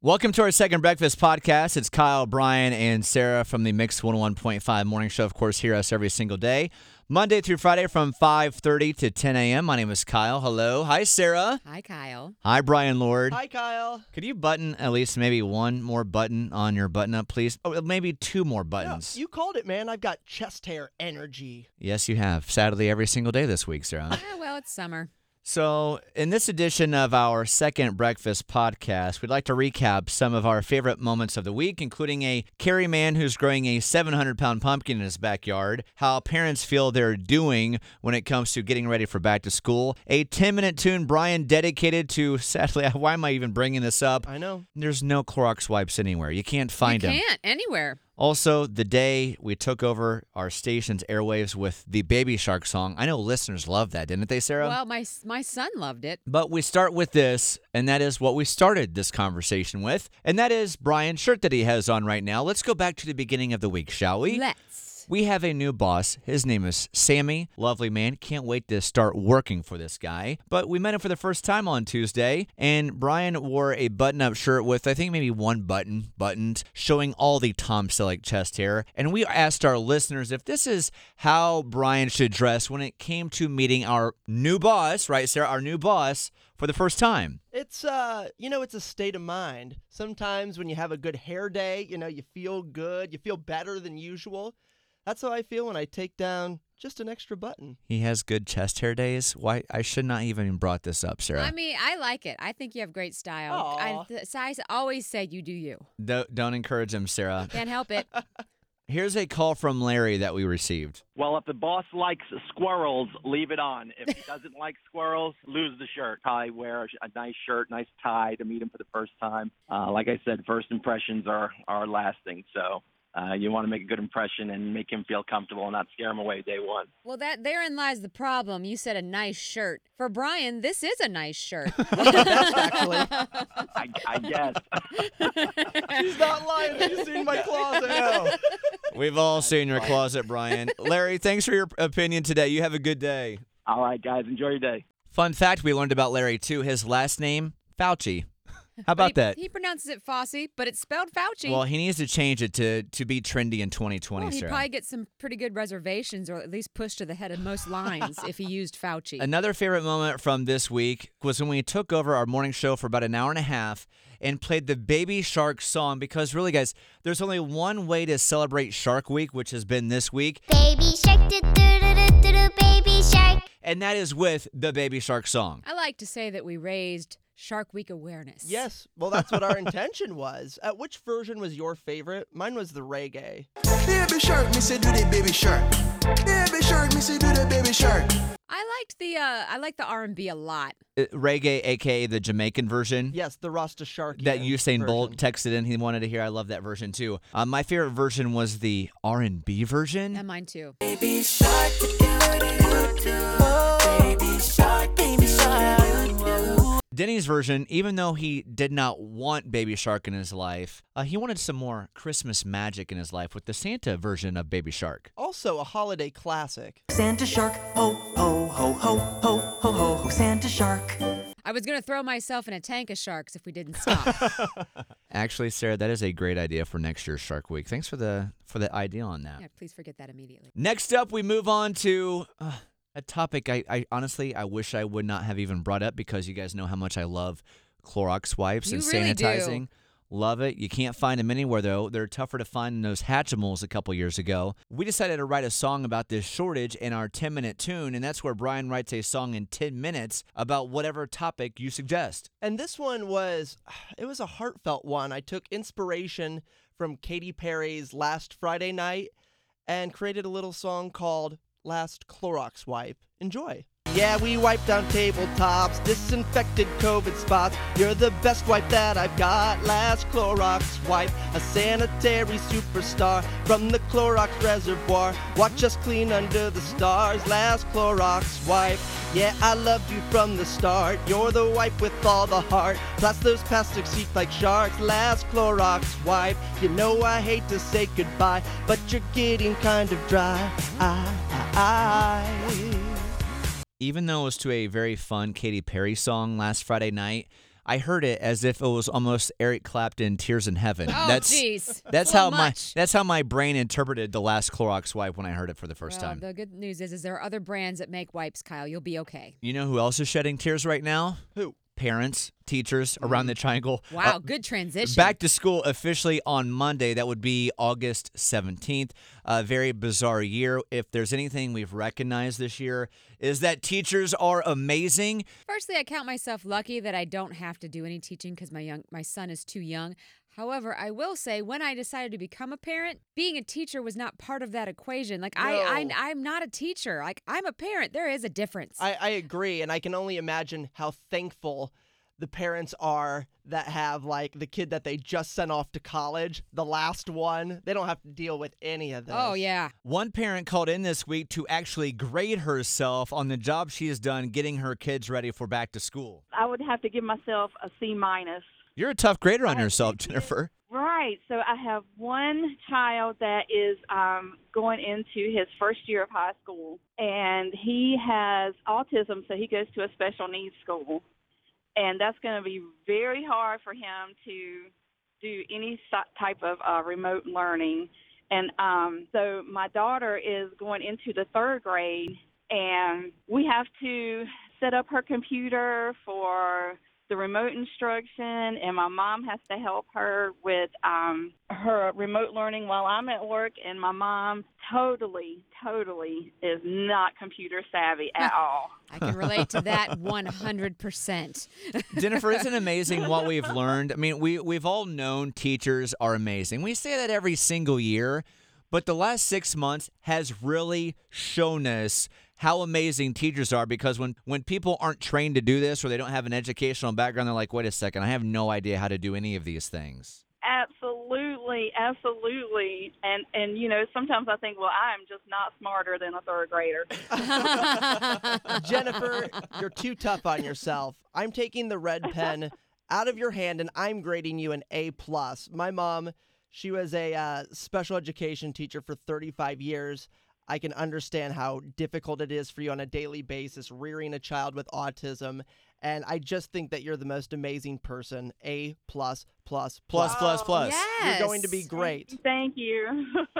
Welcome to our second breakfast podcast. It's Kyle, Brian, and Sarah from the Mix 101.5 Morning Show. Of course, hear us every single day, Monday through Friday from 5.30 to 10 a.m. My name is Kyle. Hello. Hi, Sarah. Hi, Kyle. Hi, Brian Lord. Hi, Kyle. Could you button at least maybe one more button on your button up, please? Oh, maybe two more Yeah, buttons. you called it, man. I've got chest hair energy. Yes, you have. Sadly, every single day this week, Sarah. Ah, well, it's summer. So, in this edition of our second breakfast podcast, we'd like to recap some of our favorite moments of the week, including a Carrie man who's growing a 700 pound pumpkin in his backyard, how parents feel they're doing when it comes to getting ready for back to school, a 10 minute tune Brian dedicated to, sadly, why am I even bringing this up? I know. There's no Clorox wipes anywhere. You can't find you them. can't anywhere. Also, the day we took over our station's airwaves with the Baby Shark song. I know listeners love that, didn't they, Sarah? Well, my s- my son loved it. But we start with this, and that is what we started this conversation with, and that is Brian's shirt that he has on right now. Let's go back to the beginning of the week, shall we? Let's. we have a new boss. His name is Sammy. Lovely man. Can't wait to start working for this guy. But we met him for the first time on Tuesday, and Brian wore a button up shirt with, I think, maybe one button buttoned, showing all the Tom Selleck chest hair. And we asked our listeners if this is how Brian should dress when it came to meeting our new boss, right, Sarah? Our new boss for the first time. It's uh, you know, it's a state of mind. Sometimes when you have a good hair day, you know, you feel good, you feel better than usual. That's how I feel when I take down just an extra button. He has good chest hair days. Why? I should not even have brought this up, Sarah. I mean, I like it. I think you have great style. I, Aw. th- Sai always said you do you. don't, don't encourage him, Sarah. Can't help it. Here's a call from Larry that we received. Well, if the boss likes squirrels, leave it on. If he doesn't like squirrels, lose the shirt. Probably wear a nice shirt, nice tie to meet him for the first time. Uh, like I said, first impressions are are lasting. So uh, you want to make a good impression and make him feel comfortable and not scare him away day one. Well, that therein lies the problem. You said a nice shirt. For Brian, this is a nice shirt. That's actually. I, I guess. She's not lying. She's in my closet. We've all seen your closet, Brian. Larry, thanks for your opinion today. You have a good day. All right, guys, enjoy your day. Fun fact we learned about Larry too. His last name, Fauci. How But about he, that? He pronounces it Fossy, but it's spelled Fauci. well, he needs to change it to to be trendy in 2020, Well, he'd Sarah. probably get some pretty good reservations, or at least pushed to the head of most lines if he used Fauci. Another favorite moment from this week was when we took over our morning show for about an hour and a half and played the Baby Shark song because really guys, there's only one way to celebrate Shark Week, which has been this week, Baby shark, do do do do do do, baby shark. and that is with the Baby Shark song. I like to say that we raised Shark Week awareness. Yes. Well, that's what our intention was. Uh, which version was your favorite? Mine was the reggae. Baby shark, me say do the baby shark. Baby shark, me say do the baby shark. I liked the uh, I like the R and B a lot. Uh, Reggae aka the Jamaican version. Yes, the Rasta Shark. that Usain Bolt texted in. He wanted to hear. I love that version too. Um, my favorite version was the R and B Mm. version. And mine too. Denny's version, even though he did not want Baby Shark in his life, uh, he wanted some more Christmas magic in his life with the Santa version of Baby Shark. Also, a holiday classic. Santa Shark, ho, ho, ho, ho, ho, ho, ho, ho, Santa Shark. I was gonna throw myself in a tank of sharks if we didn't stop. Actually, Sarah, that is a great idea for next year's Shark Week. Thanks for the for the idea on that. yeah, please forget that immediately. Next up, we move on to uh, a topic I, I honestly I wish I would not have even brought up because you guys know how much I love Clorox wipes You and really do. sanitizing. Love it. You can't find them anywhere though. They're tougher to find than those Hatchimals a couple years ago. We decided to write a song about this shortage in our 10 minute tune, and that's where Brian writes a song in 10 minutes about whatever topic you suggest. And this one was, it was a heartfelt one. I took inspiration from Katy Perry's Last Friday Night and created a little song called Last Clorox Wipe. Enjoy. Yeah, we wiped down tabletops, disinfected COVID spots. You're the best wipe that I've got. Last Clorox wipe, a sanitary superstar from the Clorox reservoir. Watch us clean under the stars. Last Clorox wipe. Yeah, I loved you from the start. You're the wipe with all the heart. Plus those plastic seats like sharks. Last Clorox wipe. You know I hate to say goodbye, but you're getting kind of dry. I, I, I. even though it was to a very fun Katy Perry song last Friday night, I heard it as if it was almost Eric Clapton "Tears in Heaven." Oh, that's jeez. that's So how much. my that's how my brain interpreted the last Clorox wipe when I heard it for the first Well, time. The good news is, is there are other brands that make wipes, Kyle. You'll be okay. you know who else is shedding tears right now? Who? Parents, teachers around the triangle. Mm. Wow, Uh, good transition. Back to school officially on Monday. That would be August 17th. A very bizarre year. If there's anything we've recognized this year, is that teachers are amazing. Firstly, I count myself lucky that I don't have to do any teaching because my young my son is too young. However, I will say when I decided to become a parent, being a teacher was not part of that equation. Like I, I No. I'm not a teacher. Like I'm a parent. There is a difference. I, I agree, and I can only imagine how thankful the parents are that have like the kid that they just sent off to college, the last one. They don't have to deal with any of this. oh yeah. One parent called in this week to actually grade herself on the job she has done getting her kids ready for back to school. I would have to give myself a C minus. You're a tough grader on I have yourself, two kids. Jennifer. Right. So I have one child that is um, going into his first year of high school, and he has autism, so he goes to a special needs school, and that's going to be very hard for him to do any si- type of uh, remote learning. And um, so my daughter is going into the third grade, and we have to set up her computer for the remote instruction, and my mom has to help her with um, her remote learning while I'm at work. And my mom totally, totally is not computer savvy at all. I can relate to that 100%. Jennifer, isn't it amazing what we've learned? I mean, we we've all known teachers are amazing. We say that every single year, but the last six months has really shown us how amazing teachers are because when, when people aren't trained to do this or they don't have an educational background, they're like, wait a second, I have no idea how to do any of these things. Absolutely, absolutely. And and you know, sometimes I think, well, I'm just not smarter than a third grader. Jennifer, you're too tough on yourself. I'm taking the red pen out of your hand and I'm grading you an A plus. My mom, she was a uh, special education teacher for 35 years. I can understand how difficult it is for you on a daily basis rearing a child with autism, and I just think that you're the most amazing person. A plus plus Plus, plus. plus, plus. yes. You're going to be great. Thank you.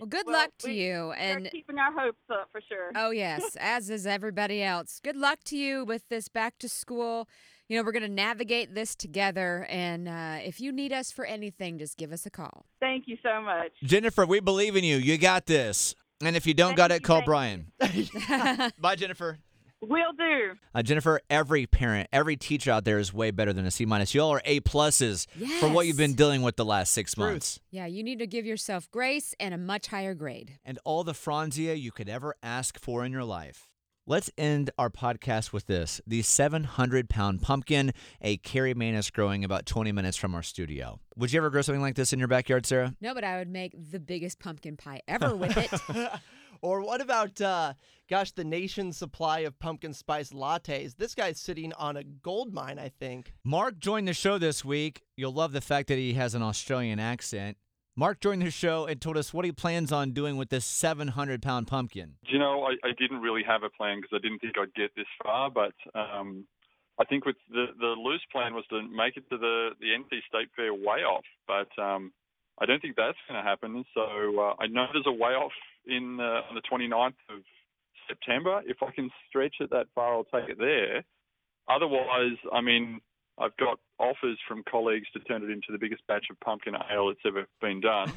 Well, good Well, luck to we- you. We're And keeping our hopes up for sure. oh, yes, as is everybody else. Good luck to you with this back to school. You know, we're going to navigate this together. And uh, if you need us for anything, just give us a call. Thank you so much. Jennifer, we believe in you. You got this. And if you don't Thank got you, it, call thank you. Brian. Bye, Jennifer. Will do. Uh, Jennifer, every parent, every teacher out there is way better than a C minus. Y'all are A pluses for what you've been Yes. dealing with the last six Truth. months. Yeah, you need to give yourself grace and a much higher grade. and all the Franzia you could ever ask for in your life. Let's end our podcast with this the 700 pound pumpkin, a carry manus growing about 20 minutes from our studio. Would you ever grow something like this in your backyard, Sarah? No, but I would make the biggest pumpkin pie ever with it. Or what about, uh, gosh, the nation's supply of pumpkin spice lattes? This guy's sitting on a gold mine, I think. Mark joined the show this week. You'll love the fact that he has an Australian accent. Mark joined the show and told us what he plans on doing with this 700 pound pumpkin. Do you know, I, I didn't really have a plan because I didn't think I'd get this far. But um, I think with the, the loose plan was to make it to the, the NC State Fair way off, but um, I don't think that's going to happen. So uh, I know there's a way off in uh, on the 29th of September. If I can stretch it that far, I'll take it there. Otherwise, I mean, I've got offers from colleagues to turn it into the biggest batch of pumpkin ale that's ever been done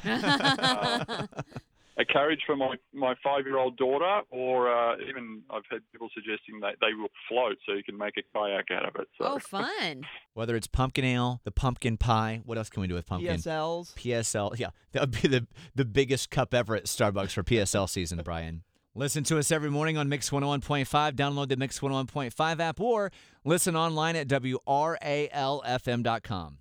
a carriage for my, my five year old daughter, or uh, even I've had people suggesting that they will float so you can make a kayak out of it. So. oh, fun. Whether it's pumpkin ale, the pumpkin pie, what else can we do with pumpkin? PSLs. PSL. Yeah, that would be the the biggest cup ever at Starbucks for PSL season, Brian. Listen to us every morning on Mix 101.5. Download the oh Mix 101.5 app or listen online at WRALFM.com.